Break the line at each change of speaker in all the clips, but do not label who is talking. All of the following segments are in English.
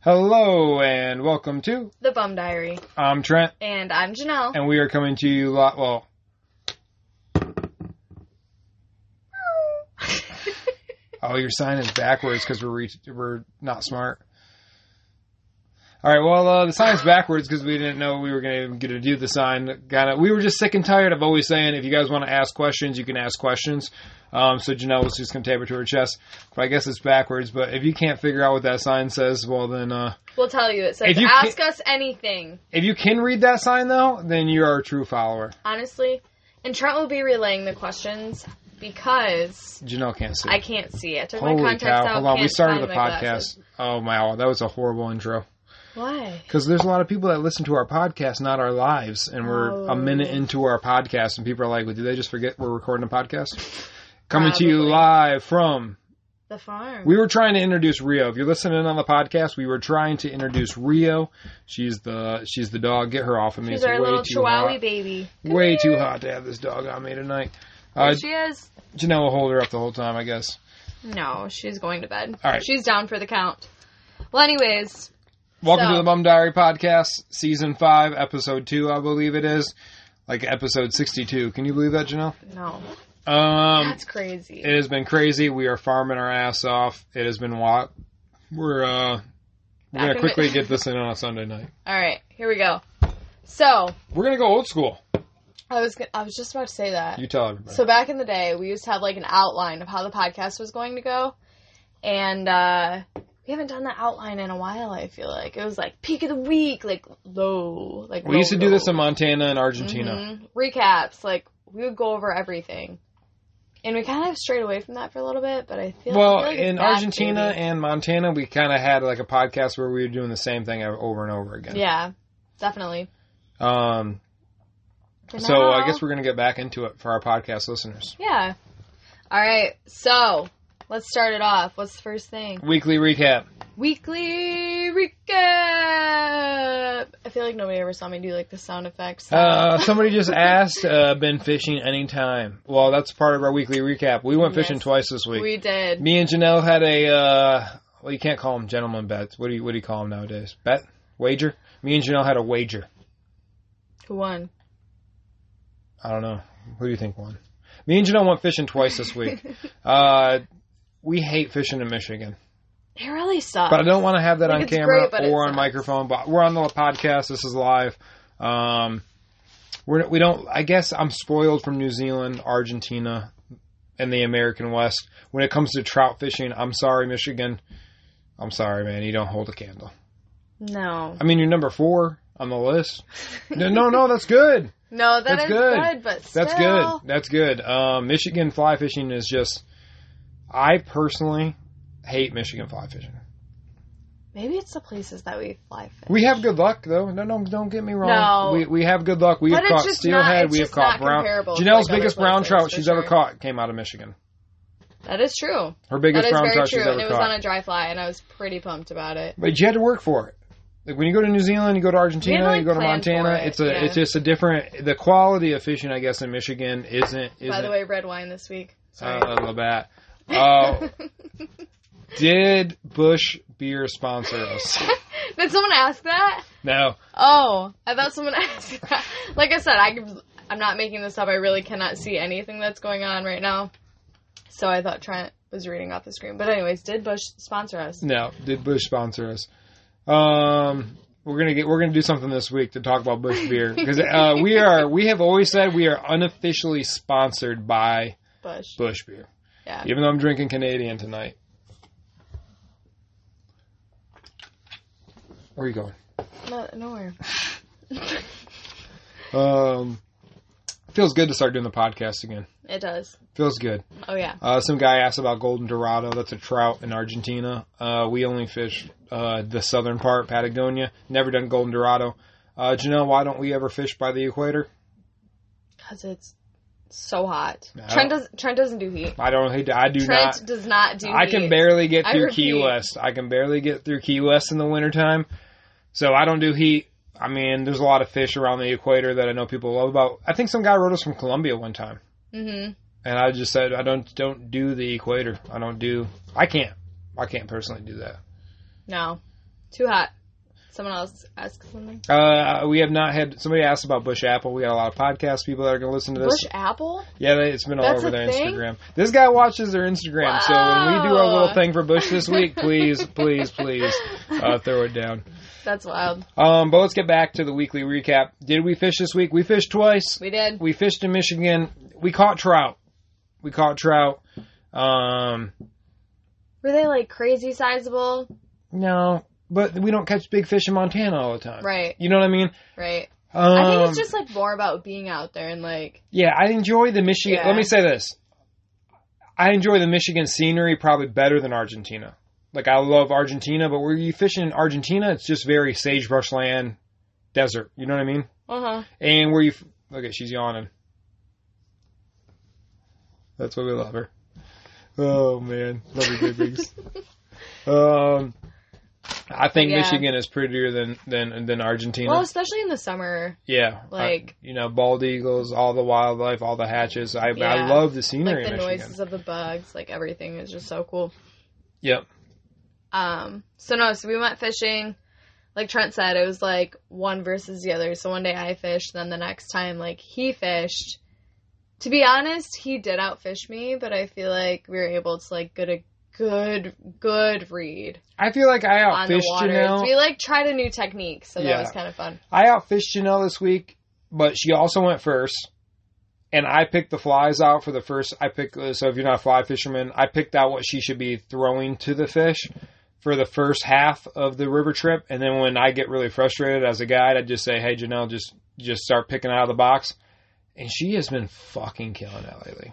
Hello and welcome to
The Bum Diary.
I'm Trent
And I'm Janelle.
and we are coming to you lot well oh your sign is backwards because we're re- we're not smart. All right, well uh, the sign's backwards because we didn't know we were going to do the sign. Kind of we were just sick and tired of always saying if you guys want to ask questions you can ask questions. Um, so Janelle was just going to tape it to her chest, but I guess it's backwards. But if you can't figure out what that sign says, well then. uh
we'll tell you. It says,
If you
ask us anything,
If you can read that sign though, then you are a true follower.
honestly. And Trent will be relaying the questions because
Janelle can't see.
I can't see. I took my
Holy
contacts
cow!
out.
Hold on, we
can't
started
find
the
my glasses.
podcast. Oh wow, that was a horrible intro.
Why?
Because there's a lot of people that listen to our podcast, not our lives, and we're
Oh.
a minute into our podcast, and people are like, well, "Did they just forget we're recording a podcast?" Coming to you
Probably.
live from.
The farm.
We were trying to introduce Rio. If you're listening on the podcast, we were trying to introduce Rio. She's the she's the dog. Get her off of me.
She's
it's
our
way
little
too
chihuahua
hot.
baby. Come
Way
here.
too hot to have this dog on me tonight.
There
Uh,
she is.
Janelle will hold her up the whole time, I guess.
No, she's going to bed.
All right.
She's down for the count. Well, anyways,
Welcome
So-
to the Bum Diary Podcast, Season 5, Episode 2, I believe it is. Like Episode 62. Can you believe that, Janelle?
no.
Um,
That's crazy.
it has been crazy. We are farming our ass off. It has been wild. We're, uh, we're
Back
going
of
to quickly
it.
get this in on a Sunday night.
All right, here we go. So,
We're going to go old school.
I was gonna, I was just about to say that.
You tell everybody.
So back in the day, we used to have like an outline of how the podcast was going to go, and uh, we haven't done that outline in a while. I feel like it was like peak of the week, like low, like
we used to do this in Montana and
Mm-hmm.
Argentina.
recaps. Like we would go over everything, and we kind of strayed away from that for a little bit. But I feel I
Well,
feel like it's
in
back,
Argentina
baby.
and Montana, we kind of had like a podcast where we were doing the same thing over and over again.
yeah, definitely.
Um,
But
so I
now-
guess we're going to get back into it for our podcast listeners.
yeah. All right, so let's start it off. What's the first thing?
Weekly recap.
Weekly recap. I feel like nobody ever saw me do like the sound effects.
Uh, somebody just asked, uh, been fishing anytime. Well, that's part of our weekly recap. We went fishing
Yes.
twice this week.
we did.
Me and Janelle had a, uh, well, you can't call them gentlemen bets. What do you, what do you call them nowadays? Bet? Wager? Me and Janelle had a wager.
Who won?
I don't know. Who do you think won? Me and Janelle went fishing twice this week. uh, we hate fishing in Michigan,
It really sucks.
but I don't want to have that
Like,
on
it's
camera
great, but it
or on
sucks.
microphone, but we're on the podcast. This is live. Um, we're, we don't. I guess I'm spoiled from New Zealand, Argentina, and the American West when it comes to trout fishing. I'm sorry, Michigan. I'm sorry, man. You don't hold a candle.
no.
I mean, you're number four on the list. No, no, no that's good.
No, that
That's
is
good.
good. but still.
That's good. That's good. Um, Michigan fly fishing is just. I personally hate Michigan fly fishing.
Maybe it's the places that we fly fish.
We have good luck though. No, no, don't get me wrong.
No.
We, we have good luck. We
But
have
it's
caught
just
steelhead.
not- it's
we have
just
caught
not
brown.
comparable to,
Janelle's
like, other
biggest brown
places,
trout
for
she's ever
sure.
caught came out of Michigan.
That is true.
Her
That
biggest
is
brown
very
trout
true.
she's ever
And it was
caught.
on a dry fly, and I was pretty pumped about it.
but you had to work for it. Like when you go to New Zealand, you go to Argentina,
like,
you go to
plan for
Montana.
it,
it's a
yeah.
it's just a different. The quality of fishing, I guess, in Michigan isn't isn't
By the way, red wine this week. Sorry.
uh, the bat. Uh, did Bush Beer sponsor us?
Did someone ask that?
No.
Oh, I thought someone asked that. Like I said, I, I'm not making this up. I really cannot see anything that's going on right now. So I thought Trent was reading off the screen. But anyways, did Bush sponsor us?
No, did Bush sponsor us? Um, we're gonna get we're gonna do something this week to talk about Bush beer because uh, we are we have always said we are unofficially sponsored by
Bush.
Bush beer.
Yeah.
Even though I'm drinking Canadian tonight. Where are you going?
No, nowhere.
Um, feels good to start doing the podcast again.
It does.
Feels good.
Oh yeah.
Uh, some guy asked about golden dorado. That's a trout in Argentina. Uh, we only fish uh, the southern part, Patagonia. Never done golden dorado. Uh, Janelle, why don't we ever fish by the equator?
Cause it's so hot.
No.
Trent does. Trent doesn't do heat.
I don't hate. I do
Trent
not.
does not do.
I
heat.
can barely get
I
through
repeat.
Key West. I can barely get through Key West in the wintertime. So I don't do heat. I mean, there's a lot of fish around the equator that I know people love about. I think some guy wrote us from Colombia one time.
Mhm.
and I just said I don't don't do the equator. I don't do. I can't. I can't personally do that.
No. Too hot. Someone else ask something.
Uh, we have not had somebody asked about Bush Apple. We got a lot of podcast people that are going to listen to this.
Bush apple?
Yeah, they- it's been all
That's
over
a
their
thing?
Instagram. This guy watches their Instagram, so when we do our
Wow.
little thing for Bush this week, please, please, please uh, throw it down.
That's wild.
Um, but let's get back to the weekly recap. Did we fish this week? We fished twice.
We did.
We fished in Michigan. We caught trout. We caught trout. Um,
Were they like crazy sizable?
no, but we don't catch big fish in Montana all the time.
Right,
You know what I mean?
right.
Um,
I think it's just like more about being out there and like
Yeah, I enjoy the Michigan.
Yeah.
Let me say this: I enjoy the Michigan scenery probably better than Argentina. Like I love Argentina, but where you fishing in Argentina, it's just very sagebrush land, desert. You know what I mean?
uh huh.
And where you f- look at she's yawning. That's why we love her. Oh man, love you, big wigs. um, I think
Yeah.
Michigan is prettier than than than Argentina.
Well, especially in the summer,
Yeah, I-
Like-
you know, bald eagles, all the wildlife, all the hatches. I I
Yeah.
love the
like
scenery
the
in Michigan.
noises of the bugs, like everything is just so cool.
Yep.
Um, so no, so we went fishing. Like Trent said, it was like one versus the other. So one day I fished, then the next time like he fished. To be honest, he did outfish me, but I feel like we were able to like get a good good read
I feel like I
on the
outfished
waters.
Janelle.
We like tried a new technique, so
Yeah.
that was kind of fun.
I outfished Janelle this week, but she also went first. And I picked the flies out for the first. I picked uh, so if you're not a fly fisherman, I picked out what she should be throwing to the fish for the first half of the river trip. And then when I get really frustrated as a guide, I just say, "Hey Janelle, just just start picking out of the box." And she has been fucking killing it lately.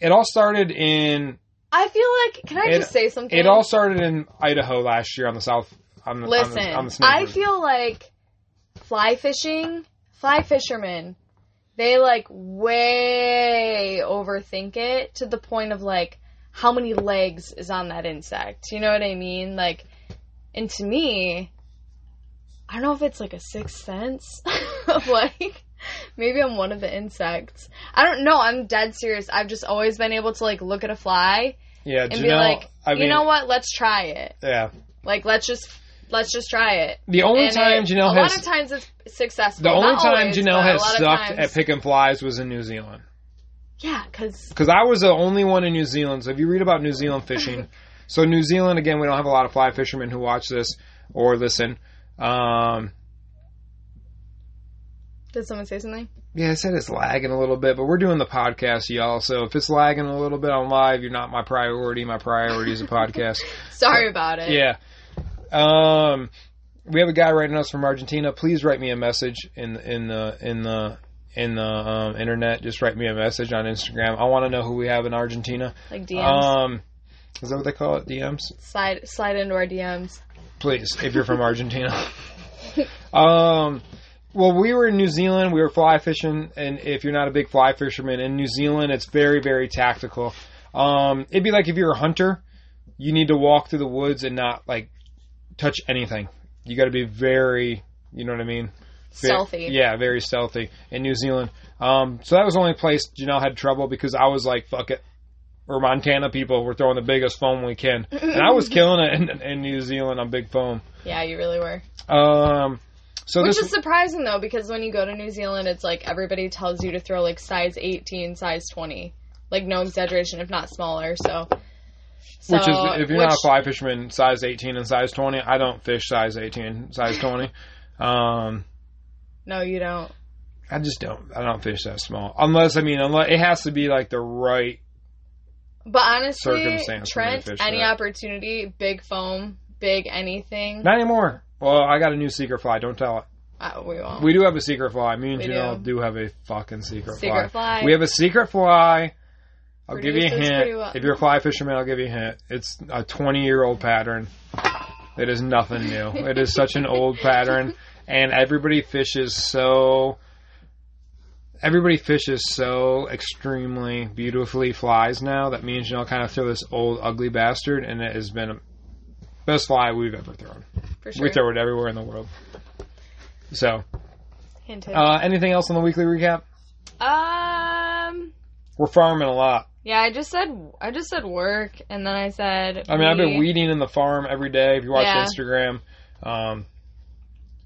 It all started in
I feel like can I
It-
just say something?
it all started in Idaho last year on the south on the on the-
Listen,
on the, snake
I
river.
feel like fly fishing, fly fishermen, they like way overthink it to the point of like how many legs is on that insect. You know what I mean? Like, and to me, I don't know if it's like a sixth sense of like. Maybe I'm one of the insects. I don't know. I'm dead serious. I've just always been able to like look at a fly
yeah,
and
Janelle,
be like,
I mean,
you know what? Let's try it.
yeah.
Like let's just let's just try it.
The only
And
time
it-
Janelle
a
has
lot of times it's successful.
the only
Not
time
always,
Janelle
but a
has
lot of
sucked
times.
at picking flies was in New Zealand
yeah, because
because I was the only one in New Zealand. So if you read about New Zealand fishing, so New Zealand again, we don't have a lot of fly fishermen who watch this or listen. Um,
did someone say something?
yeah, I said it's lagging a little bit, but we're doing the podcast, y'all. So if it's lagging a little bit on live, you're not my priority. My priority is a podcast.
Sorry about it.
Uh, Yeah. Um, we have a guy writing us from Argentina. Please write me a message in in the in the in the um, internet. Just write me a message on Instagram. I want to know who we have in Argentina.
like DMs.
Um, is that what they call it? DMs.
slide slide into our DMs.
Please, if you're from Argentina. um, well, we were in New Zealand. We were fly fishing, and if you're not a big fly fisherman in New Zealand, it's very very tactical. Um, it'd be like if you're a hunter, you need to walk through the woods and not like touch anything. You got to be very, you know what I mean? Ve-
Stealthy.
Yeah, very stealthy in New Zealand. Um, so that was the only place Janelle had trouble because I was like, fuck it. We're Montana people. We're throwing the biggest foam we can. And I was killing it in, in New Zealand on big foam.
Yeah, you really were.
Um, so
Which
this
is surprising though, because when you go to New Zealand, it's like everybody tells you to throw like size 18, size 20, like no exaggeration, if not smaller. So, so
which is if you're not a
which-
fly fisherman, size 18 and size 20. I don't fish size 18, size 20. Um,
no, you don't.
I just don't. I don't fish that small unless I mean unless it has to be like the right
But honestly,
Circumstance for me to
Trent,
fish
any
that.
opportunity, big foam, big anything,
Not anymore. Well, I got a new secret fly. Don't tell it.
uh, we won't.
We do have a secret fly. Me and
We
Janelle do. have a fucking secret, fly.
Secret fly.
We have a secret fly. I'll give you a
Produces pretty
hint.
well.
If you're a fly fisherman, I'll give you a hint. It's a 20 year old pattern. It is nothing new. it is such an old pattern, and everybody fishes so. Everybody fishes so extremely beautifully flies now that me and Janelle kind of throw this old ugly bastard, and it has been a best fly we've ever thrown.
for sure.
We throw it everywhere in the world. So,
Hint, hint.
uh, anything else on the weekly recap?
Um,
We're farming a lot.
Yeah, I just said I just said work, and then I said.
I mean, I've been
we-
weeding in the farm every day. If you watch
Yeah.
Instagram, um,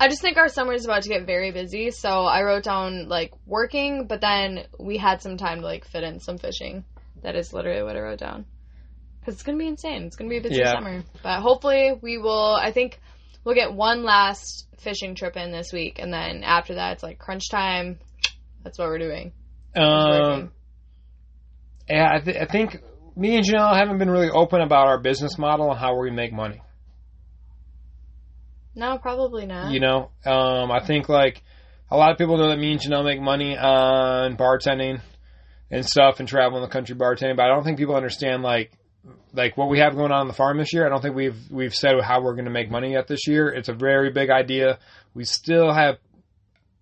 I just think our summer is about to get very busy, so I wrote down like working, but then we had some time to like fit in some fishing. That is literally what I wrote down. Cause it's gonna be insane. It's gonna be a busy
Yeah.
summer, but hopefully we will. I think we'll get one last fishing trip in this week, and then after that it's like crunch time. That's what we're doing.
um, yeah, I, th- I think me and Janelle haven't been really open about our business model and how we make money.
No, probably not.
You know, um, I think like a lot of people know that me and Janelle make money on bartending and stuff and traveling the country bartending, but I don't think people understand like like what we have going on on the farm this year. I don't think we've we've said how we're going to make money yet this year. It's a very big idea. We still have,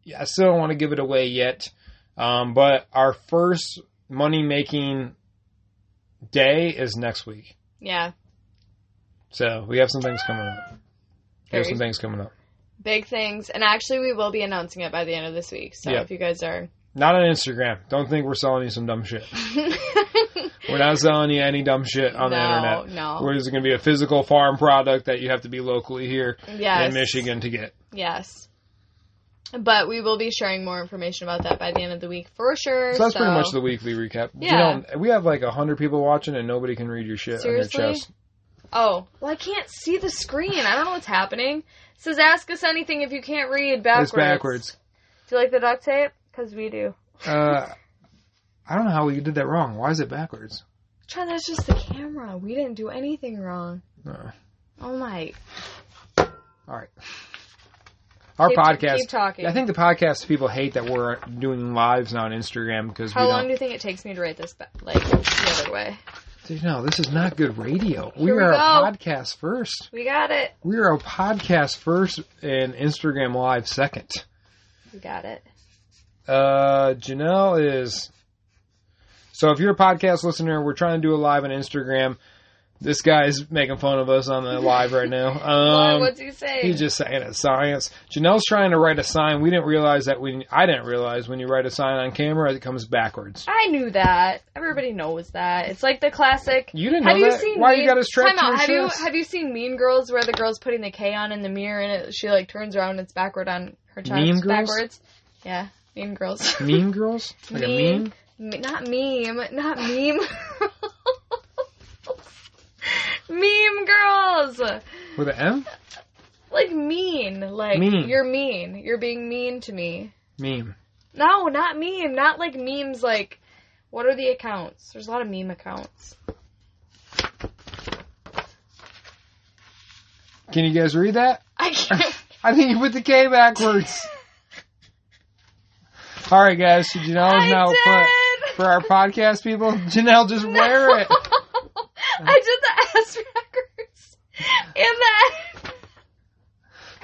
yeah, I still don't want to give it away yet, um, but our first money making day is next week.
yeah,
So we have some things coming up. We have
Very
some things coming up.
big things, and actually we will be announcing it by the end of this week. So
Yeah.
if you guys are,
Not on Instagram. Don't think we're selling you some dumb shit. We're not selling you any dumb shit on the internet.
No,
We're just going to be a physical farm product that you have to be locally here
yes.
in Michigan to get.
Yes. But we will be sharing more information about that by the end of the week for sure.
So that's pretty much the weekly recap.
Yeah.
You know, we have like a hundred people watching and nobody can read your shit on your
Seriously?
chest.
Oh, well, I can't see the screen. I don't know what's happening. It says ask us anything if you can't read backwards.
It's backwards.
Do you like the duct tape? Because we do.
Uh, I don't know how we did that wrong. Why is it backwards?
Try that's just the camera. We didn't do anything wrong.
Uh,
Oh my.
all right. Our
Keep-
podcast.
keep talking.
I think the podcast people hate that we're doing lives now on Instagram because we
How long
don't.
do you think it takes me to write this back? Like the other way.
Dude, no, this is not good radio.
Here
we
we
are a
go.
podcast first.
We got it.
We are a podcast first and Instagram live second.
We got it.
Uh, Janelle is. So if you're a podcast listener, we're trying to do a live on Instagram. This guy's making fun of us on the live right now.
Why,
Um,
what's he saying?
he's just saying it's science. Janelle's trying to write a sign. We didn't realize that when I didn't realize when you write a sign on camera, it comes backwards.
I knew that. Everybody knows that. It's like the classic.
You didn't
Have
know
you
that.
seen?
Why
mean,
you got a strap
Time
to
out.
your
Have
chest?
you have you seen Mean Girls where the girl's putting the K on in the mirror and it, she like turns around and it's backward on her chest.
Mean Girls?
backwards. Yeah, Mean Girls.
Mean girls, like a
Meme.
meme.
Me- not meme. Not meme. meme girls.
With an M?
Like mean. Like
Mean.
you're mean. You're being mean to me.
Meme.
No, not meme. Not like memes. Like what are the accounts? There's a lot of meme accounts.
Can you guys read that?
I can't.
I think you put the K backwards. All right, guys. So Janelle's
I
now
did.
Oh, for, for our podcast people. Janelle, just wear it.
I did the ass records and the.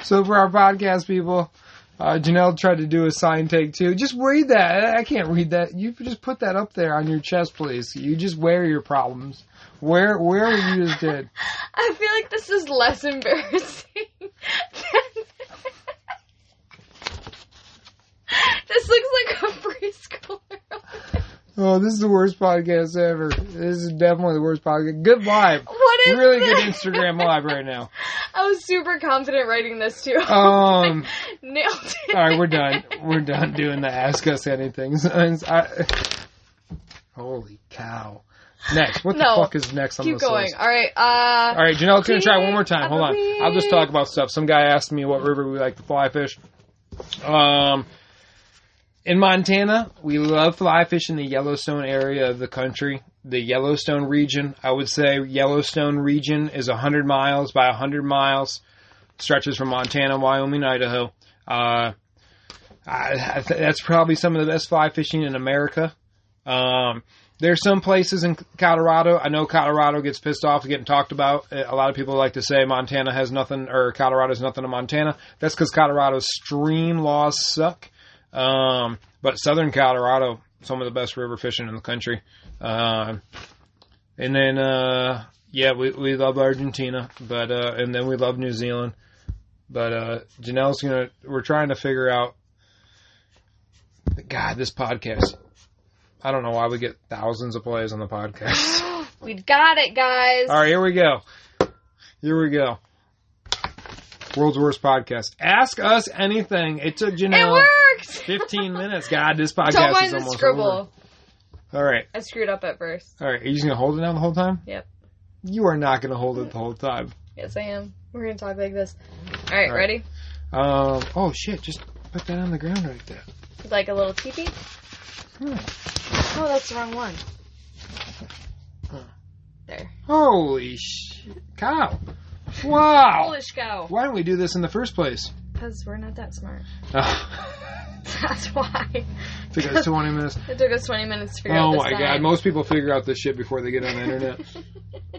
So for our podcast people, uh, Janelle tried to do a sign take too. Just read that. I- I can't read that. You just put that up there on your chest, please. You just wear your problems. Where where what you just did.
I feel like this is less embarrassing. than- this looks like a preschooler.
Oh, this is the worst podcast ever. This is definitely the worst podcast. Good live.
What is
Really good
this?
Instagram live right now.
I was super confident writing this too. Oh
Um.
Nailed it.
All right, we're done. We're done doing the ask us anything signs. I, holy cow! Next, what
No.
the fuck is next on
Keep
this
going.
list?
All right. Uh,
All right, Janelle's gonna try one more time. Hold on,
Please.
I'll just talk about stuff. Some guy asked me what river we like to fly fish. Um, in Montana, we love fly fishing the Yellowstone area of the country, the Yellowstone region. I would say Yellowstone region is 100 miles by 100 miles, stretches from Montana, Wyoming, Idaho. Uh, I, I th- that's probably some of the best fly fishing in America. Um, there's some places in Colorado. I know Colorado gets pissed off getting talked about. Uh, A lot of people like to say Montana has nothing or Colorado's nothing to Montana. That's because Colorado's stream laws suck. Um, but Southern Colorado, some of the best river fishing in the country. Um, and then, uh, yeah, we, we love Argentina, but, uh, and then we love New Zealand. But, uh, Janelle's gonna, we're trying to figure out, God, this podcast. I don't know why we get thousands of plays on the podcast.
we got it, guys.
All right, here we go. Here we go. World's worst podcast. Ask us anything. It took
it
Janelle
worked.
15 minutes. God, this podcast
Don't
is
mind the
almost
scribble.
over. All right,
I screwed up at first.
all right. Are you just gonna hold it down the whole time?
Yep.
You are not gonna hold it the whole time.
Yes, I am. We're gonna talk like this. All right,
All right.
ready?
Um. Oh shit! Just put that on the ground right there.
Like a little teepee?
Hmm.
Oh, that's the wrong one.
Huh.
There.
Holy sh! Cow! Wow!
Polish cow.
Why don't we do this in the first place?
Because we're not that smart.
Oh,
That's why.
took us 20 minutes.
It took us 20 minutes to figure out
Oh
this
my
sign.
god! Most people figure out this shit before they get on the internet.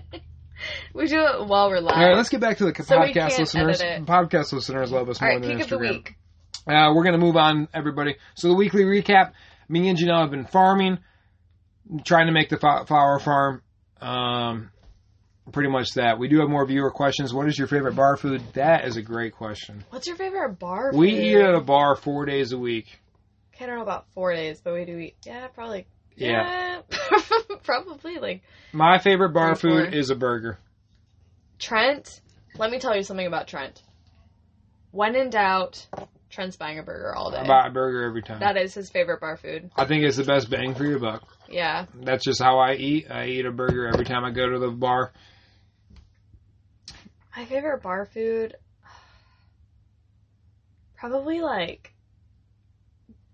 we do it while we're live.
All right, let's get back to the
So we
podcast
can't
listeners.
edit it.
Podcast listeners love us
All
more
right,
than
peak
Instagram.
of the week.
Uh, we're going to move on, everybody. So the weekly recap. Me and Janelle have been farming, trying to make the fo- flower farm. Um, pretty much that. We do have more viewer questions. What is your favorite bar food? That is a great question.
What's your favorite bar?
We
food?
eat uh, at a bar four days a week.
I don't know about four days, but we do eat. Yeah, probably.
Yeah.
yeah, probably like
My favorite bar
Three, four.
food is a burger.
Trent, let me tell you something about Trent. When in doubt, Trent's buying a burger all day.
I buy a burger every time.
that is his favorite bar food.
I think it's the best bang for your buck.
Yeah.
That's just how I eat. I eat a burger every time I go to the bar.
My favorite bar food probably like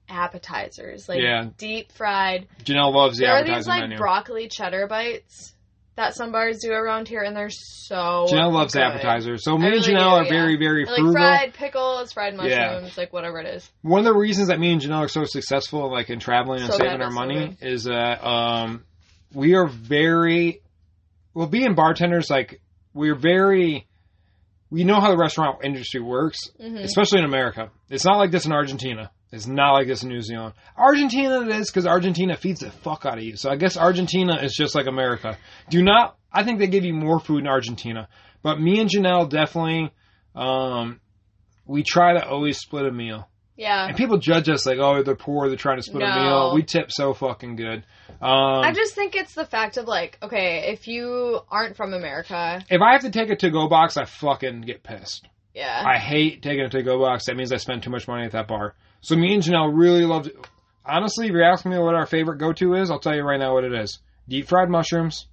appetizers. Like
Yeah.
deep fried.
Janelle loves the
there are
appetizer
these like
menu.
broccoli cheddar bites that some bars do around here and they're so
Janelle loves
good.
appetizers. So
I
me and
really
Janelle
do,
are
yeah.
very, very
They're
frugal.
Like fried pickles, fried mushrooms,
Yeah.
like whatever it is.
One of the reasons that me and Janelle are so successful, like in traveling and
So
saving our
badass,
money, is that um, we are very, well, being bartenders, like we're very, we know how the restaurant industry works,
hmm
especially in America. It's not like this in Argentina. It's not like this in New Zealand. Argentina it is because Argentina feeds the fuck out of you. So I guess Argentina is just like America. Do not. I think they give you more food in Argentina. But me and Janelle definitely, um, we try to always split a meal.
Yeah.
And people judge us like, oh, they're poor. They're trying to split a
No.
meal. We tip so fucking good. Um,
I just think it's the fact of like, okay, if you aren't from America,
if I have to take a to-go box, I fucking get pissed.
yeah,
I hate taking a to-go box. That means I spend too much money at that bar. So me and Janelle really loved. Honestly, if you're asking me what our favorite go-to is, I'll tell you right now what it is: deep fried mushrooms,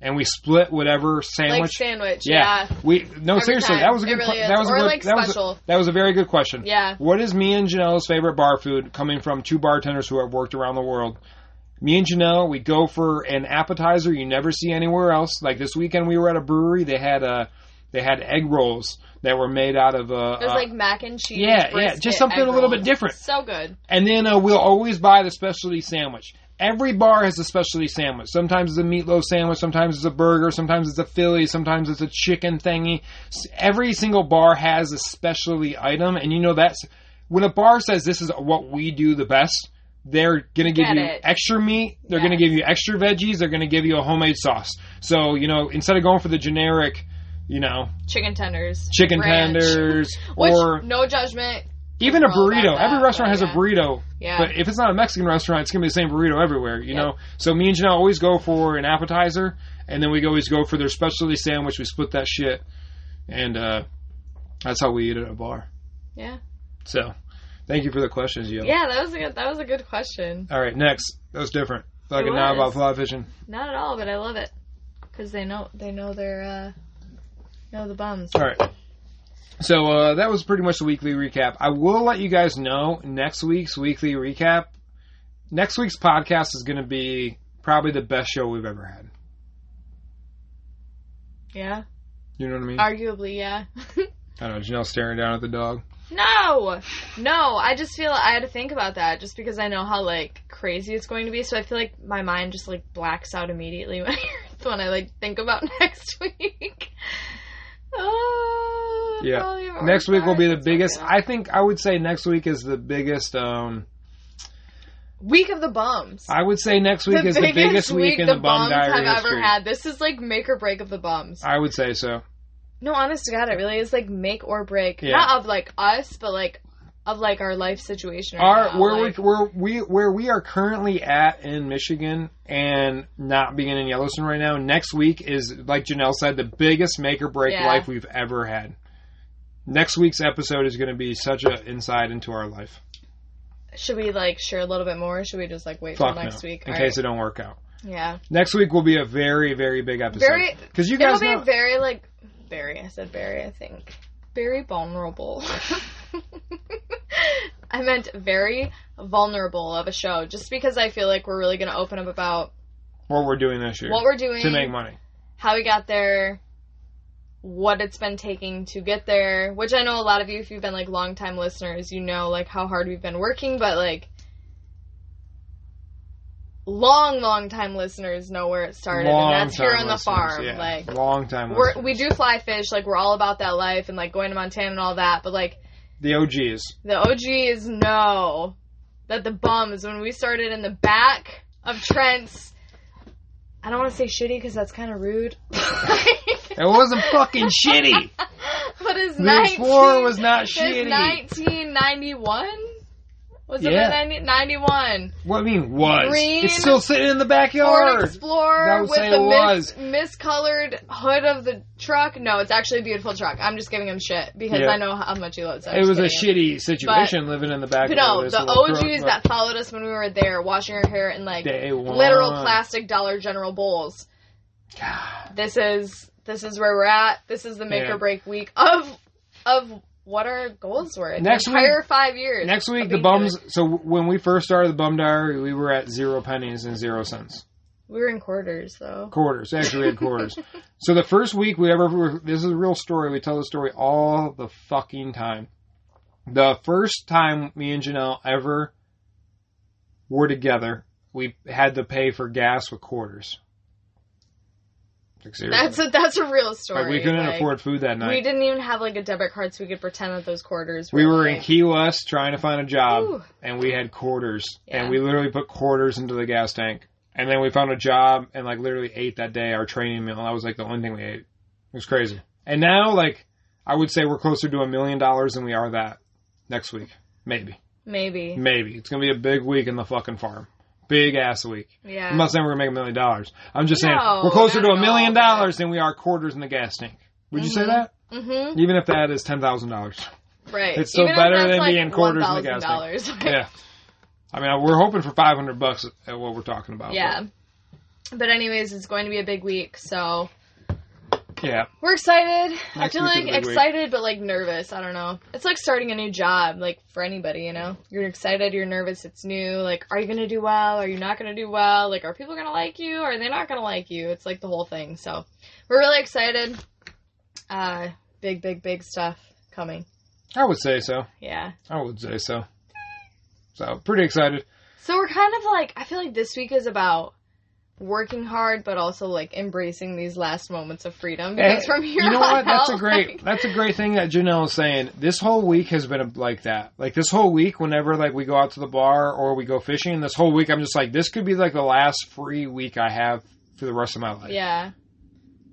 and we split whatever
like
sandwich.
sandwich, yeah.
yeah. we no
Every
seriously.
time.
That was a
It
good.
really
que-
is.
that was a
or
good.
like
that was a-
special,
that was a very good question.
yeah.
What is me and Janelle's favorite bar food coming from two bartenders who have worked around the world? Me and Janelle, we go for an appetizer you never see anywhere else. Like this weekend, we were at a brewery. They had a, they had egg rolls that were made out of uh,
There's
uh,
like mac and cheese,
yeah, yeah,
brisket,
just something
egg
a little bit
rolls.
different.
So good.
and then uh, we'll always buy the specialty sandwich. Every bar has a specialty sandwich. Sometimes it's a meatloaf sandwich, sometimes it's a burger, sometimes it's a Philly, sometimes it's a chicken thingy. S- Every single bar has a specialty item, and you know that's when a bar says this is what we do the best. They're gonna give
Get
you
it.
extra meat. They're gonna
Yes.
give you extra veggies. They're gonna give you a homemade sauce. So you know, instead of going for the generic, you know,
Chicken tenders,
chicken
ranch,
tenders
Which,
or
no judgment.
even a
roll about
burrito. Every
that,
restaurant
but
has a
yeah.
burrito.
Yeah,
But if it's not a Mexican restaurant, it's gonna be the same burrito everywhere, you
Yep.
know. So me and Janelle always go for an appetizer, and then we always go for their specialty sandwich. We split that shit, and uh, that's how we eat at a bar.
yeah,
So, thank you for the questions, yo.
yeah. That was a good. That was a good question.
All right, next. That was different. Fucking not about
was.
fly fishing.
Not at all, but I love it because they know they know their uh, know the bums.
All right. So uh, that was pretty much the weekly recap. I will let you guys know next week's weekly recap. Next week's podcast is going to be probably the best show we've ever had.
Yeah,
You know what I mean?
arguably, yeah.
I don't know. Janelle staring down at the dog.
No, no. I just feel I had to think about that just because I know how like crazy it's going to be. So I feel like my mind just like blacks out immediately when I, when I like think about next week. oh,
Yeah.
probably have
next week will be the
arthritis.
biggest. I think I would say next week is the biggest. Um,
week of the bums.
I would say next week is the biggest week in the, bum
bums
diary
I've
history.
ever had. This is like make or break of the bums.
I would say so.
No, honest to God, it really is like make or break.
Yeah.
Not of like us, but like of like our life situation. right
Our
now,
where
like-
we where we where we are currently at in Michigan and not being in Yellowstone right now. Next week is like Janelle said, the biggest make or break
Yeah.
life we've ever had. Next week's episode is going to be such a insight into our life.
should we like share a little bit more? Or should we just like wait till
Fuck
next
no,
week?
in
All
case it don't work out.
right. yeah,
Next week will be a very very big episode
Very-
because you
it'll
guys
be
know
very like very. I said very. I think very vulnerable. I meant very vulnerable of a show, just because I feel like we're really gonna open up about
what we're doing this year
what we're doing,
to make money.
how we got there, what it's been taking to get there, which I know a lot of you, if you've been like longtime listeners, you know like how hard we've been working, but like long, long time listeners know where it started, and that's here
Long-time
on the
listeners,
farm.
yeah.
Like
long time.
we're,
listeners.
we do fly fish, like we're all about that life and like going to Montana and all that, but like
the OGs.
the OGs know that the bums, when we started in the back of Trent's, I don't want to say shitty because that's kind of rude.
It wasn't fucking shitty.
What is
Mood
19?
four was not
is
shitty.
1991? Was it
Yeah.
90, 91?
What do you mean was?
Green
it's still sitting in the
Ford
backyard. That
Explorer
was
with
saying
the
it
mis- miscolored hood of the truck. No, it's actually a beautiful truck. I'm just giving him shit because
Yeah.
I know how much he loves. I'm
It
just
was a
kidding.
shitty situation living in the backyard.
But no,
of oh, this
the
little
OGs
girl-
that followed us when we were there, washing our hair in like
Day one.
literal plastic Dollar General bowls.
God.
This is this is where we're at. This is the make
Yeah.
or break week of of what our goals were.
Next
Next
week-
entire five years.
Next
of
week, the
being together.
bums. So when we first started the bum diary, we were at zero pennies and zero cents,
We were in quarters though.
quarters. Actually, we had quarters. so the first week we ever. were- This is a real story. We tell the story all the fucking time. The first time me and Janelle ever were together, we had to pay for gas with quarters. Like, seriously.
That's a that's a real story.
Like we couldn't
Like,
afford food that
We
night.
didn't even have like a debit card, so we could pretend that those quarters.
We, were in
like-
Key West trying to find a job,
Ooh.
and we had quarters, and
Yeah.
we literally put quarters into the gas tank. And then we found a job, and like literally ate that day our training meal. That was like the only thing we ate. It was crazy. And now, like, I would say we're closer to a million dollars than we are that next week, maybe,
maybe.
maybe. It's gonna be a big week in the fucking farm, big ass week.
Yeah.
I'm not saying we're gonna make a million dollars. I'm just
No,
saying we're closer
not
to a
at
million
all, but-
dollars than we are quarters in the gas tank. Would you say
Mhm.
that?
mm-hmm.
Even if that is ten thousand dollars.
Right.
It's still
Even if
better
that's,
than
like,
being quarters in the gas
$1,000.
Yeah. I mean, we're hoping for five hundred bucks at what we're talking about.
yeah. But anyways, it's going to be a big week, so
but- yeah.
we're excited. I
Next week is a
feel like
big week.
excited but like nervous. I don't know. It's like starting a new job, like for anybody, you know. You're excited, you're nervous, it's new. Like, are you gonna do well? Are you not gonna do well? Like, are people gonna like you? Are they not gonna like you? It's like the whole thing. So we're really excited. Uh big, big, big stuff coming.
I would say so.
Yeah.
I would say so. So pretty excited.
So we're kind of like I feel like this week is about working hard, but also like embracing these last moments of freedom. Because
Eh,
from here
you know what?
on
That's
out,
a great.
like-
That's a great thing that Janelle is saying. This whole week has been like that. Like this whole week, whenever like we go out to the bar or we go fishing, this whole week I'm just like, this could be like the last free week I have for the rest of my life.
yeah,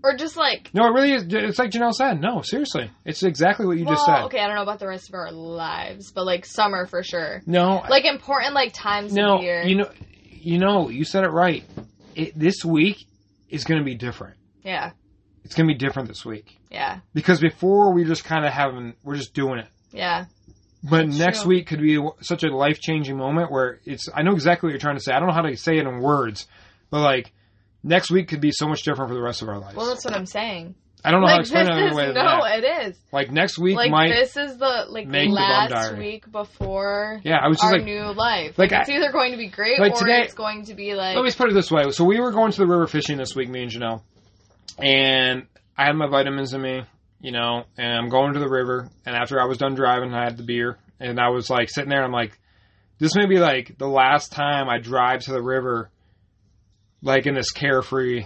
or just like
No, it really is. It's like Janelle said. No, seriously, it's exactly what you
well,
just said.
okay, I don't know about the rest of our lives, but like summer for sure,
No,
like important like times
No,
of the year.
you know, you know, you said it right. It, this week is going to be different.
yeah,
It's going to be different this week
yeah,
because before we just kind of having, we're just doing it.
yeah,
But
That's
next
true.
week could be such a life changing moment where it's. I know exactly what you're trying to say. I don't know how to say it in words, but like next week could be so much different for the rest of our lives.
Well, that's what I'm saying.
I don't know how to
Like this
explain it in
is
a way.
no,
than that.
it is
Like next week
like
might.
this is the like
make the bum
last
diary.
week before
yeah, I was just
our
like,
new life.
like
Like, it's either going to be great
like
or
today-
it's going to be like
Let me just put it this way. So we were going to the river fishing this week, me and Janelle, and I had my vitamins in me, you know, and I'm going to the river. And after I was done driving, I had the beer, and I was like sitting there, and I'm like, this may be like the last time I drive to the river, like in this carefree,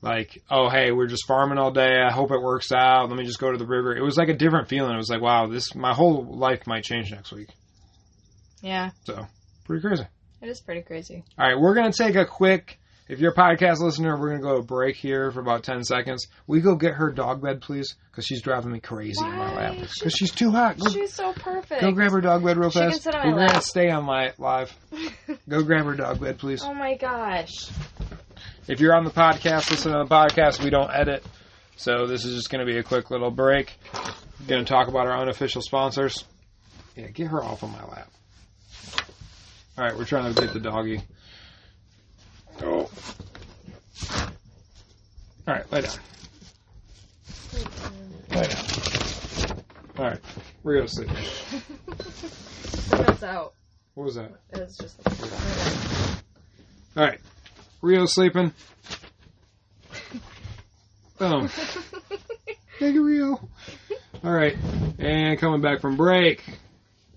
like, oh hey, we're just farming all day. I hope it works out. Let me just go to the river. It was like a different feeling. It was like, wow, this my whole life might change next week.
yeah.
Pretty crazy.
It is pretty crazy.
All right, we're going to take a quick If you're a podcast listener, we're going to go to break here for about 10 seconds. We go get her dog bed, please, because she's driving me crazy in my
Why?
lap. Because she's too hot. Go,
She's so perfect.
go grab her dog bed real
She
fast.
can sit on
We're
my
going to
lap.
stay on my live. Go grab her dog bed, please.
oh my gosh.
If you're on the podcast, listen to the podcast. We don't edit, so this is just going to be a quick little break. Going to talk about our unofficial sponsors. Yeah, get her off of my lap. All right, we're trying to get the doggy. Oh. All right, lay down. Lay down. All right, we're going to sleep.
That's out.
What was that?
It's just.
All right, Rio's sleeping. Boom. Take it real. All right, and coming back from break.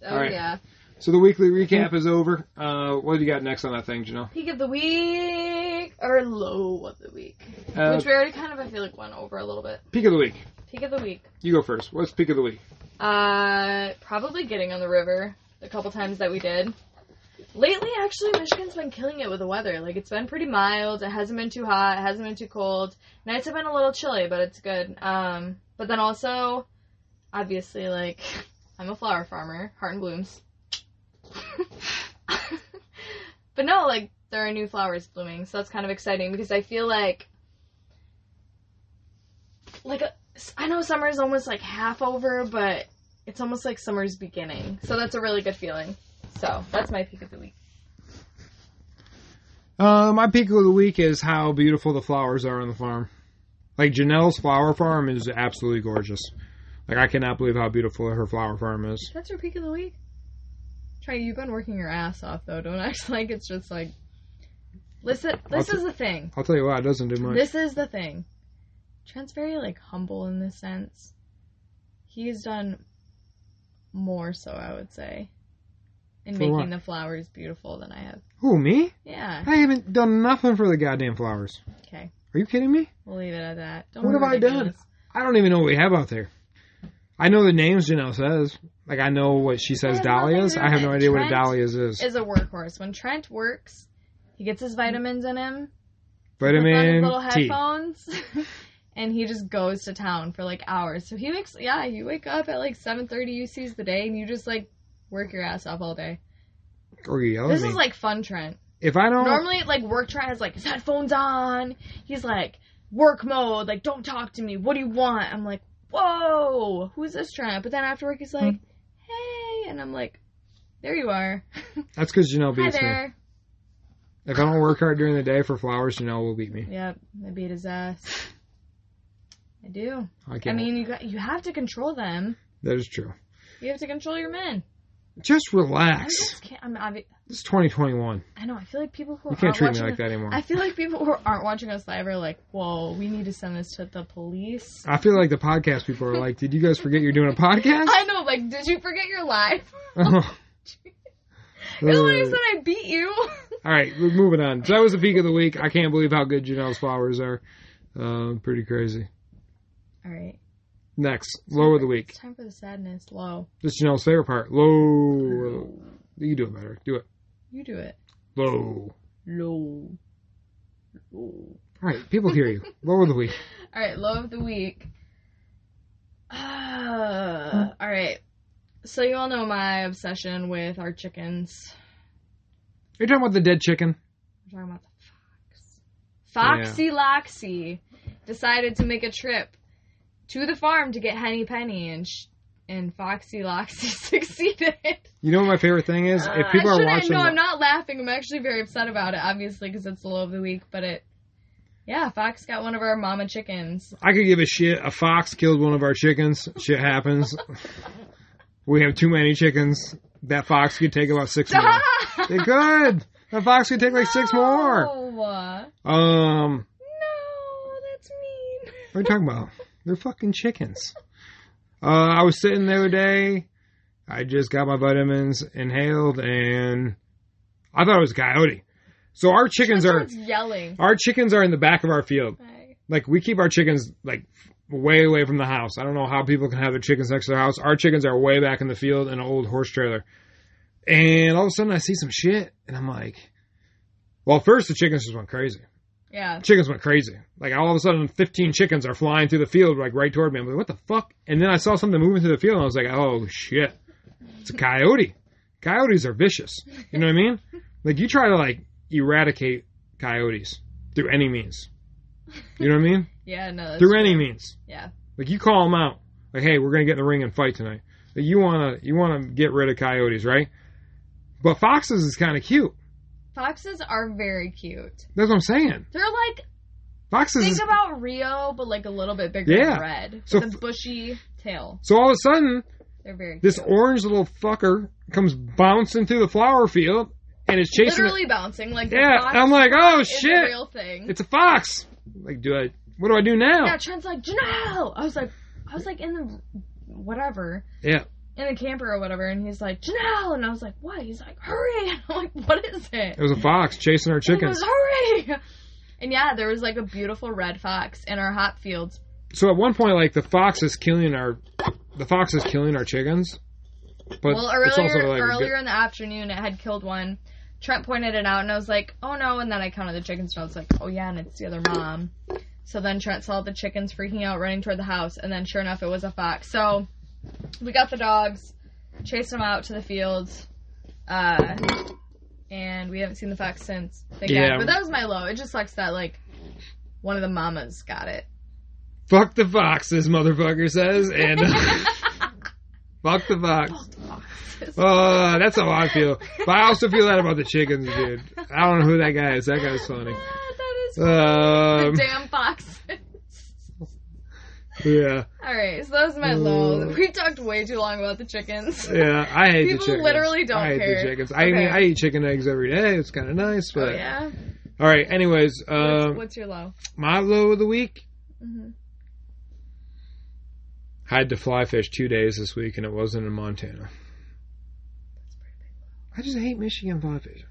Oh
All right.
yeah.
So the weekly recap is over. Uh, what do you got next on that thing, Janelle?
Peak of the week or low of the week,
Uh,
which we already kind of I feel like went over a little bit.
peak of the week.
Peak of the week.
You go first. What's peak of the week?
Uh, probably getting on the river a couple times that we did. Lately, actually, Michigan's been killing it with the weather. Like, it's been pretty mild. It hasn't been too hot. It hasn't been too cold. Nights have been a little chilly, but it's good. Um, but then also, obviously, like, I'm a flower farmer, heart and blooms. but no, like, there are new flowers blooming, so that's kind of exciting because I feel like, like, a- I know summer's almost like half over, but it's almost like summer's beginning. So that's a really good feeling. So that's my peak of the week.
Uh, my peak of the week is how beautiful the flowers are on the farm. Like Janelle's flower farm is absolutely gorgeous. Like I cannot believe how beautiful her flower farm is.
That's your peak of the week. Try you've been working your ass off though. Don't act like it's just like. Listen, this
What's
is the thing.
I'll tell you what, it doesn't do much.
This is the thing. Trent's very like humble in this sense. He's done more so, I would say, in
For
making
what?
the flowers beautiful than I have.
Who me?
Yeah.
I haven't done nothing for the goddamn flowers.
Okay.
Are you kidding me?
We'll leave it at that. Don't
What
be
have I done?
ridiculous.
I don't even know what we have out there. I know the names Janelle says. Like I know what she says
I have no
dahlias. I have no
idea.
idea what a
Trent
dahlias is.
Is a workhorse. When Trent works, he gets his vitamins in him. puts on his
Vitamin
little
T.
headphones and he just goes to town for like hours. So he wakes yeah, you wake up at like seven thirty, you seize the day and you just like work your ass off all day.
Or you yell at
this
me. Oh.
is like fun Trent.
if I don't
Normally like work Trent has like his headphones on. He's like work mode, like don't talk to me. What do you want? I'm like, Whoa, who's this Trent? But then after work he's like,
Hmm.
Hey and I'm like, There you are.
that's because Janelle
Hi
beats me.
there.
If I don't work hard during the day for flowers, Janelle will beat me.
Yep, I beat his ass. I do.
I
I
can't
mean, you got, you have to control them.
that is true.
You have to control your men.
Just
I
relax.
just can't. I'm obvi-
It's twenty twenty one.
I know. I feel like people
You
who aren't
can't treat me
watching
like
the-
that anymore.
I feel like people who aren't watching us live are like, "Whoa, we need to send this to the police."
I feel like the podcast people are like, Did you guys forget you're doing a podcast?
I know. Like, did you forget your life?
uh,
That's when I said I beat you.
All right, we're moving on. So that was the peak of the week. I can't believe how good Janelle's flowers are. Uh, pretty crazy.
All right.
Next, low of the week.
It's time for the sadness. Low.
This is Janelle's favorite part. Low. You do it better. Do it.
You do it.
Low.
Low. Low.
All right, people hear you. Low of the week.
All right, low of the week. Uh, all right. So you all know my obsession with our chickens.
Are you talking about the dead chicken?
We're talking about the fox. Foxy Loxy decided to make a trip to the farm to get Henny Penny, and sh- and Foxy Loxy succeeded.
You know what my favorite thing is?
Uh,
if people
I
are
shouldn't-
watching,
no, I'm not laughing. I'm actually very upset about it, obviously, because it's the low of the week. But it, yeah, Fox got one of our mama chickens.
I could give a shit. A fox killed one of our chickens. Shit happens. we have too many chickens. That fox could take about six more. They could. That fox could take like six more.
No.
Um,
No, that's mean.
what are you talking about? They're fucking chickens. Uh, I was sitting the other day. I just got my vitamins inhaled, and I thought it was a coyote. So our chickens are
Someone's yelling.
our chickens are in the back of our field.
Hi.
like we keep our chickens like way away from the house. I don't know how people can have their chickens next to their house. Our chickens are way back in the field in an old horse trailer. And all of a sudden I see some shit and I'm like, well, first the chickens just went crazy.
Yeah.
chickens went crazy. Like all of a sudden, 15 chickens are flying through the field, like right toward me. I'm like, what the fuck? And then I saw something moving through the field, and I was like, oh shit, it's a coyote. Coyotes are vicious. You know what I mean? Like you try to like eradicate coyotes through any means. You know what I mean?
Yeah. No. that's
through any
true.
means.
Yeah.
Like you call them out. Like, hey, we're gonna get in the ring and fight tonight. Like, you wanna you wanna get rid of coyotes, right? But foxes is kind of cute.
Foxes are very cute.
That's what I'm saying.
They're like
Foxes.
think
Is,
about Rio, but like a little bit bigger
Yeah.
and red.
So
with a
f-
bushy tail.
so all of a sudden,
They're very
this
cute.
orange little fucker comes bouncing through the flower field and is chasing.
literally bouncing like the
yeah,
fox
I'm like, oh
is a
shit,
real thing.
it's a fox. Like, do I? What do I do now?
yeah, Trent's like Janelle. I was like, I was like in the whatever
Yeah.
in a camper or whatever, and he's like Janelle, and I was like, what? He's like, hurry! And I'm like, what is it?
It was a fox chasing our
And he
chickens.
goes, hurry! And yeah, there was like a beautiful red fox in our hop fields.
so at one point, like the fox is killing our, the fox is killing our chickens. But
well,
it's also
earlier
like a good-
earlier in the afternoon, it had killed one. Trent pointed it out, and I was like, "Oh no!" And then I counted the chickens, and I was like, "Oh yeah," and it's the other mom. So then Trent saw the chickens freaking out, running toward the house, and then sure enough, it was a fox. So we got the dogs, chased them out to the fields, uh, and we haven't seen the fox since. Thank
Yeah.
God. But that was my low. It just sucks that like one of the mamas got it.
Fuck the fox, this motherfucker says, and uh, fuck the fox.
Both foxes.
Oh, that's how I feel. But I also feel that about the chickens, dude. I don't know who that guy is. That guy's funny.
Ah, that is
Um,
the damn foxes.
yeah,
All right, so that was my
Ooh.
low. We've talked way too long about the chickens.
yeah. I hate the
People
chickens.
literally don't
I hate
care.
the chickens. I
Okay.
mean, I eat chicken eggs every day. It's kind of nice,
Oh
but
yeah.
all right. Anyways,
What's,
uh, um,
what's your low?
my low of the week.
hmm
I had to fly fish two days this week, and it wasn't in Montana. I just hate Michigan fly fishing.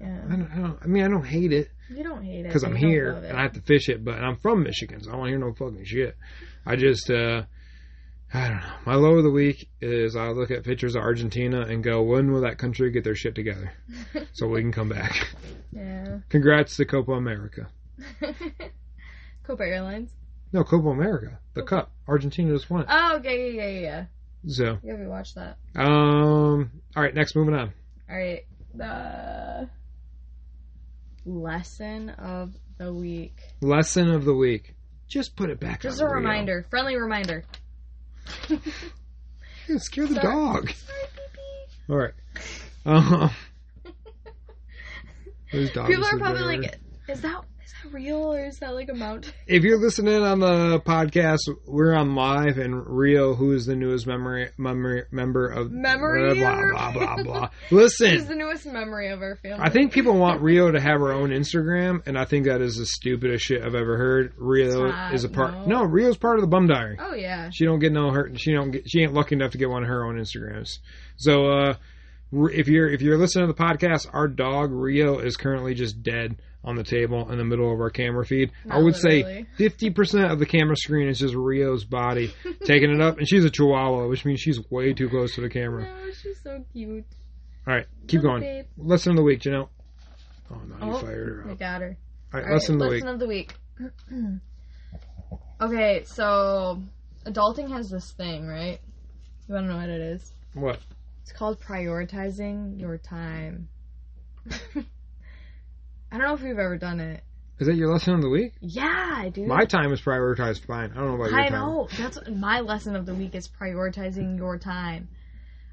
I
Yeah.
don't. I, don't, I mean, I don't hate it.
You don't hate it
because I'm
you don't
here
love it.
and I have to fish it, but I'm from Michigan, so I don't hear no fucking shit. I just, uh, I don't know. My low of the week is I look at pictures of Argentina and go, when will that country get their shit together so we can come back?
yeah.
Congrats to Copa America.
Copa Airlines.
No, Copa America, the cup. Argentina just won it.
Oh, okay, yeah, yeah, yeah, yeah.
So,
Yeah, we watched that.
um, all right, next, moving on.
All right. The lesson of the week.
Lesson of the week. Just put it back.
Just
on
a
Rio.
reminder, friendly reminder.
Yeah, scare the
Sorry.
dog.
Sorry, pee-pee.
All right. Um, those dogs
People are
live
probably
everywhere.
like, is that is that real or is that like a mountain?
if you're listening on the podcast, we're on live, and Rio, who is the newest memory, memory member of
Memory
blah blah
of-
blah blah. blah.
She's
Listen,
the newest memory of our family.
I think people want Rio to have her own Instagram, and I think that is the stupidest shit I've ever heard. Rio
Stop,
is a part. No.
no.
Rio's part of the Bum Diary.
Oh yeah.
She don't get no her. She don't get. She ain't lucky enough to get one of her own Instagrams. So uh, r- if you're if you're listening to the podcast, our dog Rio is currently just dead on the table in the middle of our camera feed. I
Not
would say
literally.
fifty percent of the camera screen is just Rio's body taking it up, and she's a Chihuahua, which means she's way too close to the camera.
No, she's so cute.
All right, keep
Little
going.
babe.
Lesson of the week, Janelle. Oh no, you
Oh,
fired her
I
up.
got her.
All right,
All right,
lesson of the week.
lesson of the week. okay, so adulting has this thing, right? You want to know what it is?
What?
It's called prioritizing your time. I don't know if you've ever done it.
Is that your lesson of the week?
Yeah, I do.
My time is prioritized fine. I don't know about your
I
time.
know. That's my lesson of the week is prioritizing your time.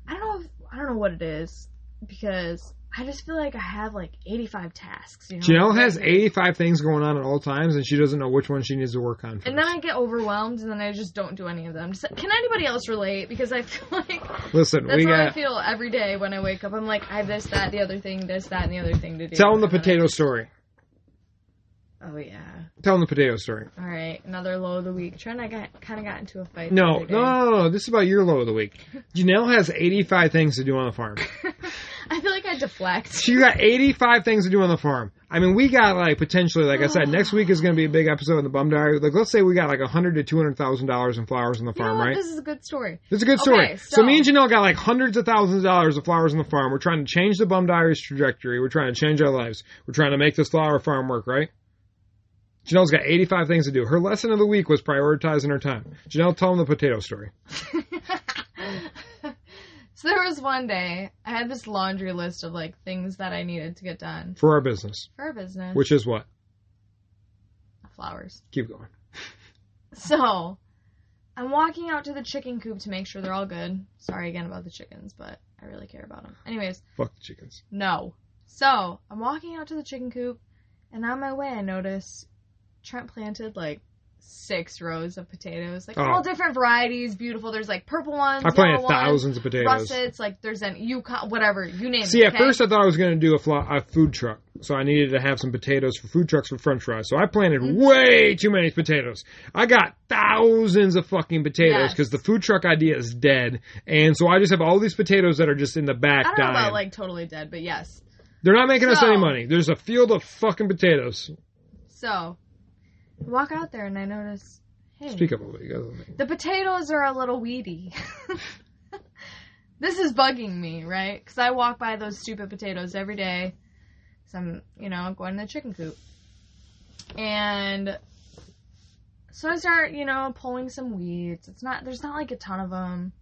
I don't know. If, I don't know what it is because I just feel like I have like eighty-five tasks. You know?
Janelle has 85 things going on at all times, and she doesn't know which one she needs to work on. First.
And then I get overwhelmed, and then I just don't do any of them. Just- can anybody else relate? Because I feel like
Listen,
that's
we
how I
got
feel every day when I wake up. I'm like, I have this, that, the other thing, this, that, and the other thing to do.
tell them the
And then I
potato
just-
story.
Oh yeah.
Tell them the potato story.
All right, another low of the week. Trent, I got kind of got into a fight. the
No,
other
no,
day.
no, no, no. This is about your low of the week. Janelle has 85 things to do on the farm.
I feel like I deflect.
She got 85 things to do on the farm. I mean, we got like potentially, like I said, next week is going to be a big episode of the Bum Diary. Like, let's say we got like 100 to 200 thousand dollars in flowers on the
You
farm,
know what?
right?
This is a good story.
It's a good
Okay,
story. so,
so-
me and Janelle got like hundreds of thousands of dollars of flowers on the farm. We're trying to change the Bum Diaries trajectory. We're trying to change our lives. We're trying to make this flower farm work, right? Janelle's got 85 things to do. Her lesson of the week was prioritizing her time. Janelle, tell them the potato story.
so there was one day I had this laundry list of like things that I needed to get done
For our business,
for a business.
which is what?
flowers.
Keep going.
So I'm walking out to the chicken coop to make sure they're all good. Sorry again about the chickens, but I really care about them. Anyways,
Fuck the chickens.
no. So I'm walking out to the chicken coop, and on my way I notice Trent planted like six rows of potatoes, like
Oh.
all different varieties, beautiful. There's like purple ones,
I planted
yellow ones,
thousands of potatoes.
russets. Like there's an Yukon, whatever you name
See,
it.
at
okay?
first I thought I was going to do a, flo- a food truck, so I needed to have some potatoes for food trucks for French fries. So I planted
Mm-hmm.
way too many potatoes. I got thousands of fucking potatoes
Yes.
because the food truck idea is dead, and so I just have all these potatoes that are just in the back
I don't know
dying.
about like totally dead, but yes.
They're not making us
So-
any money. There's a field of fucking potatoes.
So I walk out there and I notice, hey,
Speak up a little. You gotta-
The potatoes are a little weedy. this is bugging me, right? Because I walk by those stupid potatoes every day. So I'm, you know, going to the chicken coop. And so I start, you know, pulling some weeds. It's not, there's not like a ton of them.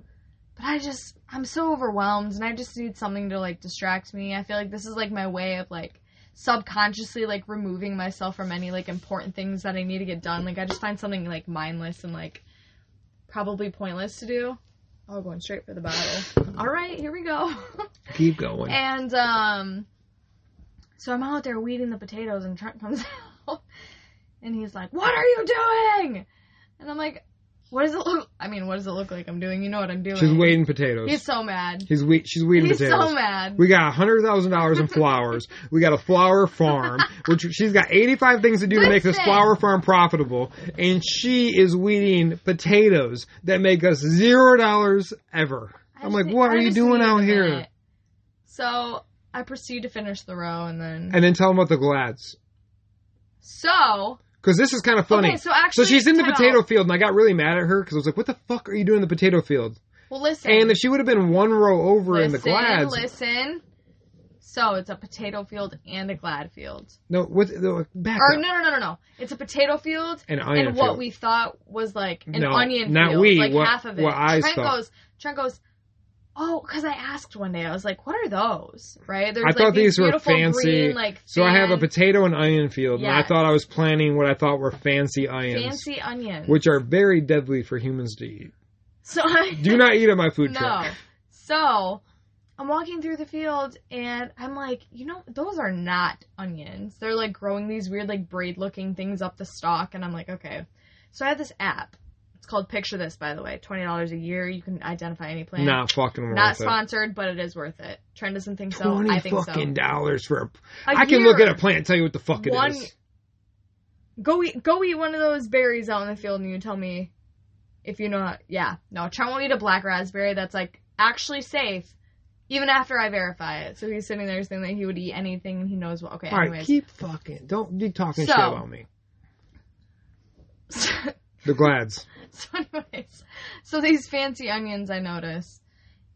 But I just, I'm so overwhelmed and I just need something to like distract me. I feel like this is like my way of like subconsciously like removing myself from any like important things that I need to get done. Like I just find something like mindless and like probably pointless to do. Oh, going straight for the bottle. All right, here we go.
Keep going.
and um, so I'm out there weeding the potatoes, and Trent comes out, and he's like, "What are you doing?" And I'm like, "What does it look? I mean, what does it look like I'm doing? You know what I'm doing."
She's weeding potatoes.
He's so mad.
He's we- she's weeding
He's
potatoes.
so mad.
We got hundred thousand dollars in flowers. we got a flower farm, which she's got eighty-five things to do to make this
Listen.
flower farm profitable, and she is weeding potatoes that make us zero dollars ever.
I
I'm
just
like,
need-
what
I
are you
just
doing
needed
out
a
here?
minute. So I proceed to finish the row, and then
And then tell them about the glads,
so
because this is kind of funny.
Okay, so actually,
she's in the
time out.
potato field, and I got really mad at her because I was like, what the fuck are you doing in the potato field?
Well, listen.
And if she would have been one row over
listen,
in the glads,
Listen. So it's a potato field and a glad field.
no, what? No, back
Or
up.
no, no, no, no, no. It's a potato field
An onion
and what
field.
we thought was like an
No,
onion
not
field,
we,
like
what-
half of it.
what I
Trent
thought.
goes, Trent goes. Oh, because I asked one day. I was like, "What are those?" Right? There's
I thought these were
beautiful
fancy.
green, like
So I have a
fan-
potato and onion field, and I
Yes.
thought I was planting what I thought were fancy onions,
fancy onion.
which are very deadly for humans to eat.
so I
Do not eat at my food
No.
truck.
So I'm walking through the field and I'm like, you know, those are not onions. They're like growing these weird, like braid looking things up the stalk. And I'm like, okay. So I have this app. It's called Picture This, by the way. $20 a year. You can identify any plant.
Not fucking worth
Not
it.
sponsored, but it is worth it. Trent doesn't think so.
Twenty
I think
fucking
so.
dollars for a.
A
I can look at
year.
a plant and tell you what the fuck it is.
One- Go eat, go eat one of those berries out in the field, and you tell me if you know. How, yeah, no, Trent won't eat a black raspberry that's like actually safe, even after I verify it. So he's sitting there saying that he would eat anything, and he knows what. Okay,
All right,
anyways,
keep fucking. Don't be talking
So-
shit about me.
so,
The glads.
anyways, so these fancy onions I notice,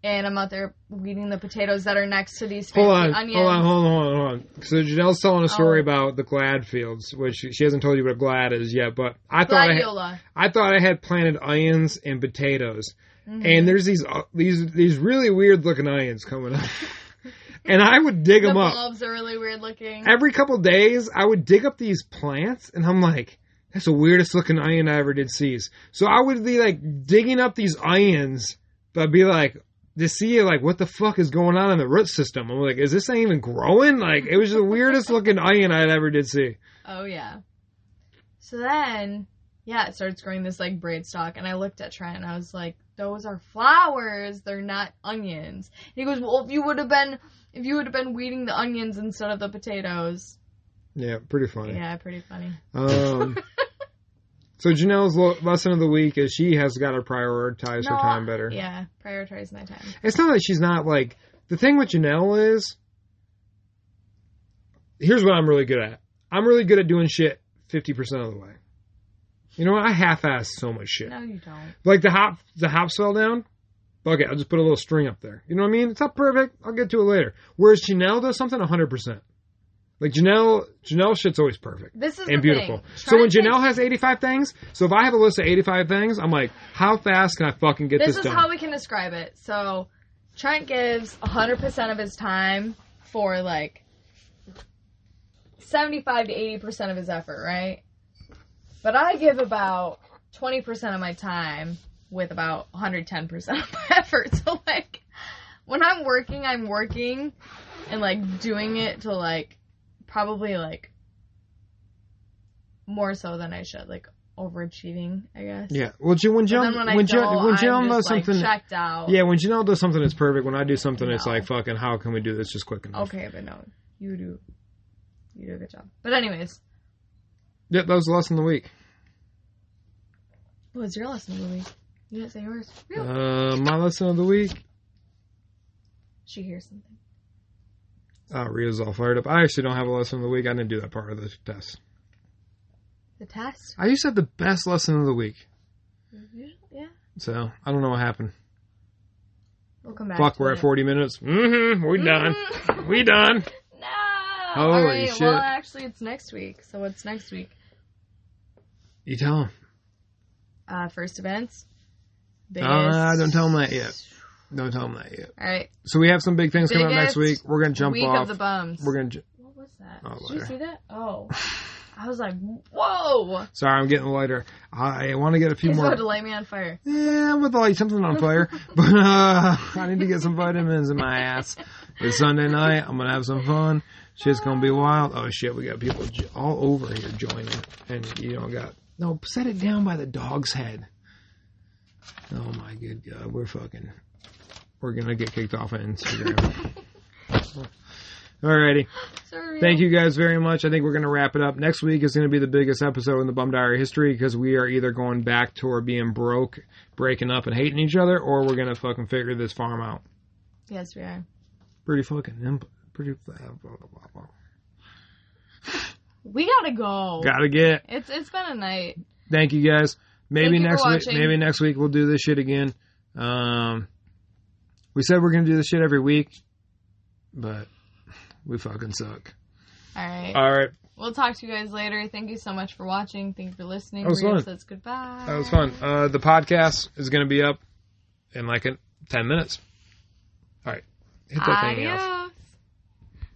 and I'm out there weeding the potatoes that are next to these fancy
Hold on,
onions.
hold on, hold on, hold on. So Janelle's telling a story
Oh.
about the glad fields, which she she hasn't told you what a glad is yet. But I thought I had,
Gladiola.
I thought I had planted onions and potatoes,
Mm-hmm.
and there's these uh, these these really weird looking onions coming up, and I would dig
Mm-hmm. The
them up
bulbs are really weird looking.
every couple days. I would dig up these plants, and I'm like, that's the weirdest looking onion I ever did seize. So I would be like digging up these onions, but I'd be like. To see like what the fuck is going on in the root system, I'm like, is this thing even growing? Like, it was the weirdest looking onion I ever did see.
Oh yeah. So then, yeah, it starts growing this like braid stalk, and I looked at Trent and I was like, "Those are flowers. They're not onions." And he goes, "Well, if you would have been, if you would have been weeding the onions instead of the potatoes."
Yeah, pretty funny.
Yeah, pretty funny.
Um, so Janelle's lo- lesson of the week is she has got to prioritize her time better.
Yeah, prioritize my time.
It's not that she's not like the thing with Janelle is. Here's what I'm really good at. I'm really good at doing shit fifty percent of the way. You know what? I half-ass so much shit.
No, you don't.
Like the hop, the hops fell down. Okay, I'll just put a little string up there. You know what I mean? It's not perfect. I'll get to it later. Whereas Janelle does something hundred percent. Like Janelle, Janelle shit's always perfect
This is
and
the
beautiful.
Thing.
So
Try
when
to think-
Janelle has 85 things, so if I have a list of 85 things, I'm like, how fast can I fucking get
this,
this,
is
done?
how we can describe it. So Trent gives 100% of his time for like 75 to 80% of his effort, right? But I give about 20% of my time with about 110% of my effort. So like when I'm working, I'm working and like doing it to like probably like more so than I should, like overachieving, I guess.
yeah. Well, Jan- when
And
Janelle,
then when I
when, Jan-
go,
when
I'm
Janelle
just,
does
like,
something,
checked out.
yeah, when Janelle does something, it's perfect. When I do something, it's
No.
like, fucking, how can we do this just quick enough?
Okay, but no, you do, you do a good job. But anyways,
Yep, that was the lesson of the week.
what was your lesson of the week? You didn't say yours. Really?
Uh, my lesson of the week.
she hears something.
Oh, Rhea's all fired up. I actually don't have a lesson of the week. I didn't do that part of the test.
The test.
I used to have the best lesson of the week.
Mm-hmm. Yeah.
So I don't know what happened.
We'll come back.
Fuck,
to
we're at
it.
40 minutes. Mm-hmm. We're done.
Mm.
We done.
No.
Holy
All right,
shit.
Well, actually, it's next week. So what's next week?
You tell him.
Uh, first events. Biggest.
Uh, don't tell him that yet. Don't tell him that yet.
All right.
So we have some big things coming up next
Biggest
week. We're gonna jump
week
off.
of the bums.
We're gonna. Ju-
What was that?
Oh,
Did you
later.
see that? Oh. I was like, whoa!
Sorry, I'm getting lighter. I want to get a few
He's
more.
about to light me on fire.
Yeah, I'm about to light something on fire, but uh, I need to get some vitamins in my ass. It's Sunday night. I'm gonna have some fun. Shit's gonna be wild. Oh shit, we got people j- all over here joining, and you don't got no. Set it down by the dog's head. Oh my good god, we're fucking. We're gonna get kicked off of Instagram. Alrighty.
Sorry.
Thank you guys very much. I think we're going to wrap it up. Next week is going to be the biggest episode in the Bum Diary history because we are either going back to our being broke, breaking up, and hating each other, or we're going to fucking figure this farm out.
Yes, we are.
Pretty fucking imp- pretty. Blah, blah, blah, blah.
We gotta go.
Gotta get.
It's it's been a night.
Thank you guys. Maybe
Thank you for
next week.
watching.
Maybe next week we'll do this shit again. Um, we said we're going to do this shit every week, but we fucking suck.
All right.
All right,
we'll talk to you guys later. Thank you so much for watching. Thank you for listening.
That was
Maria
fun.
says goodbye.
that was fun. Uh, the podcast is going to be up in like a, ten minutes. All right, hit that thing off.
Adios.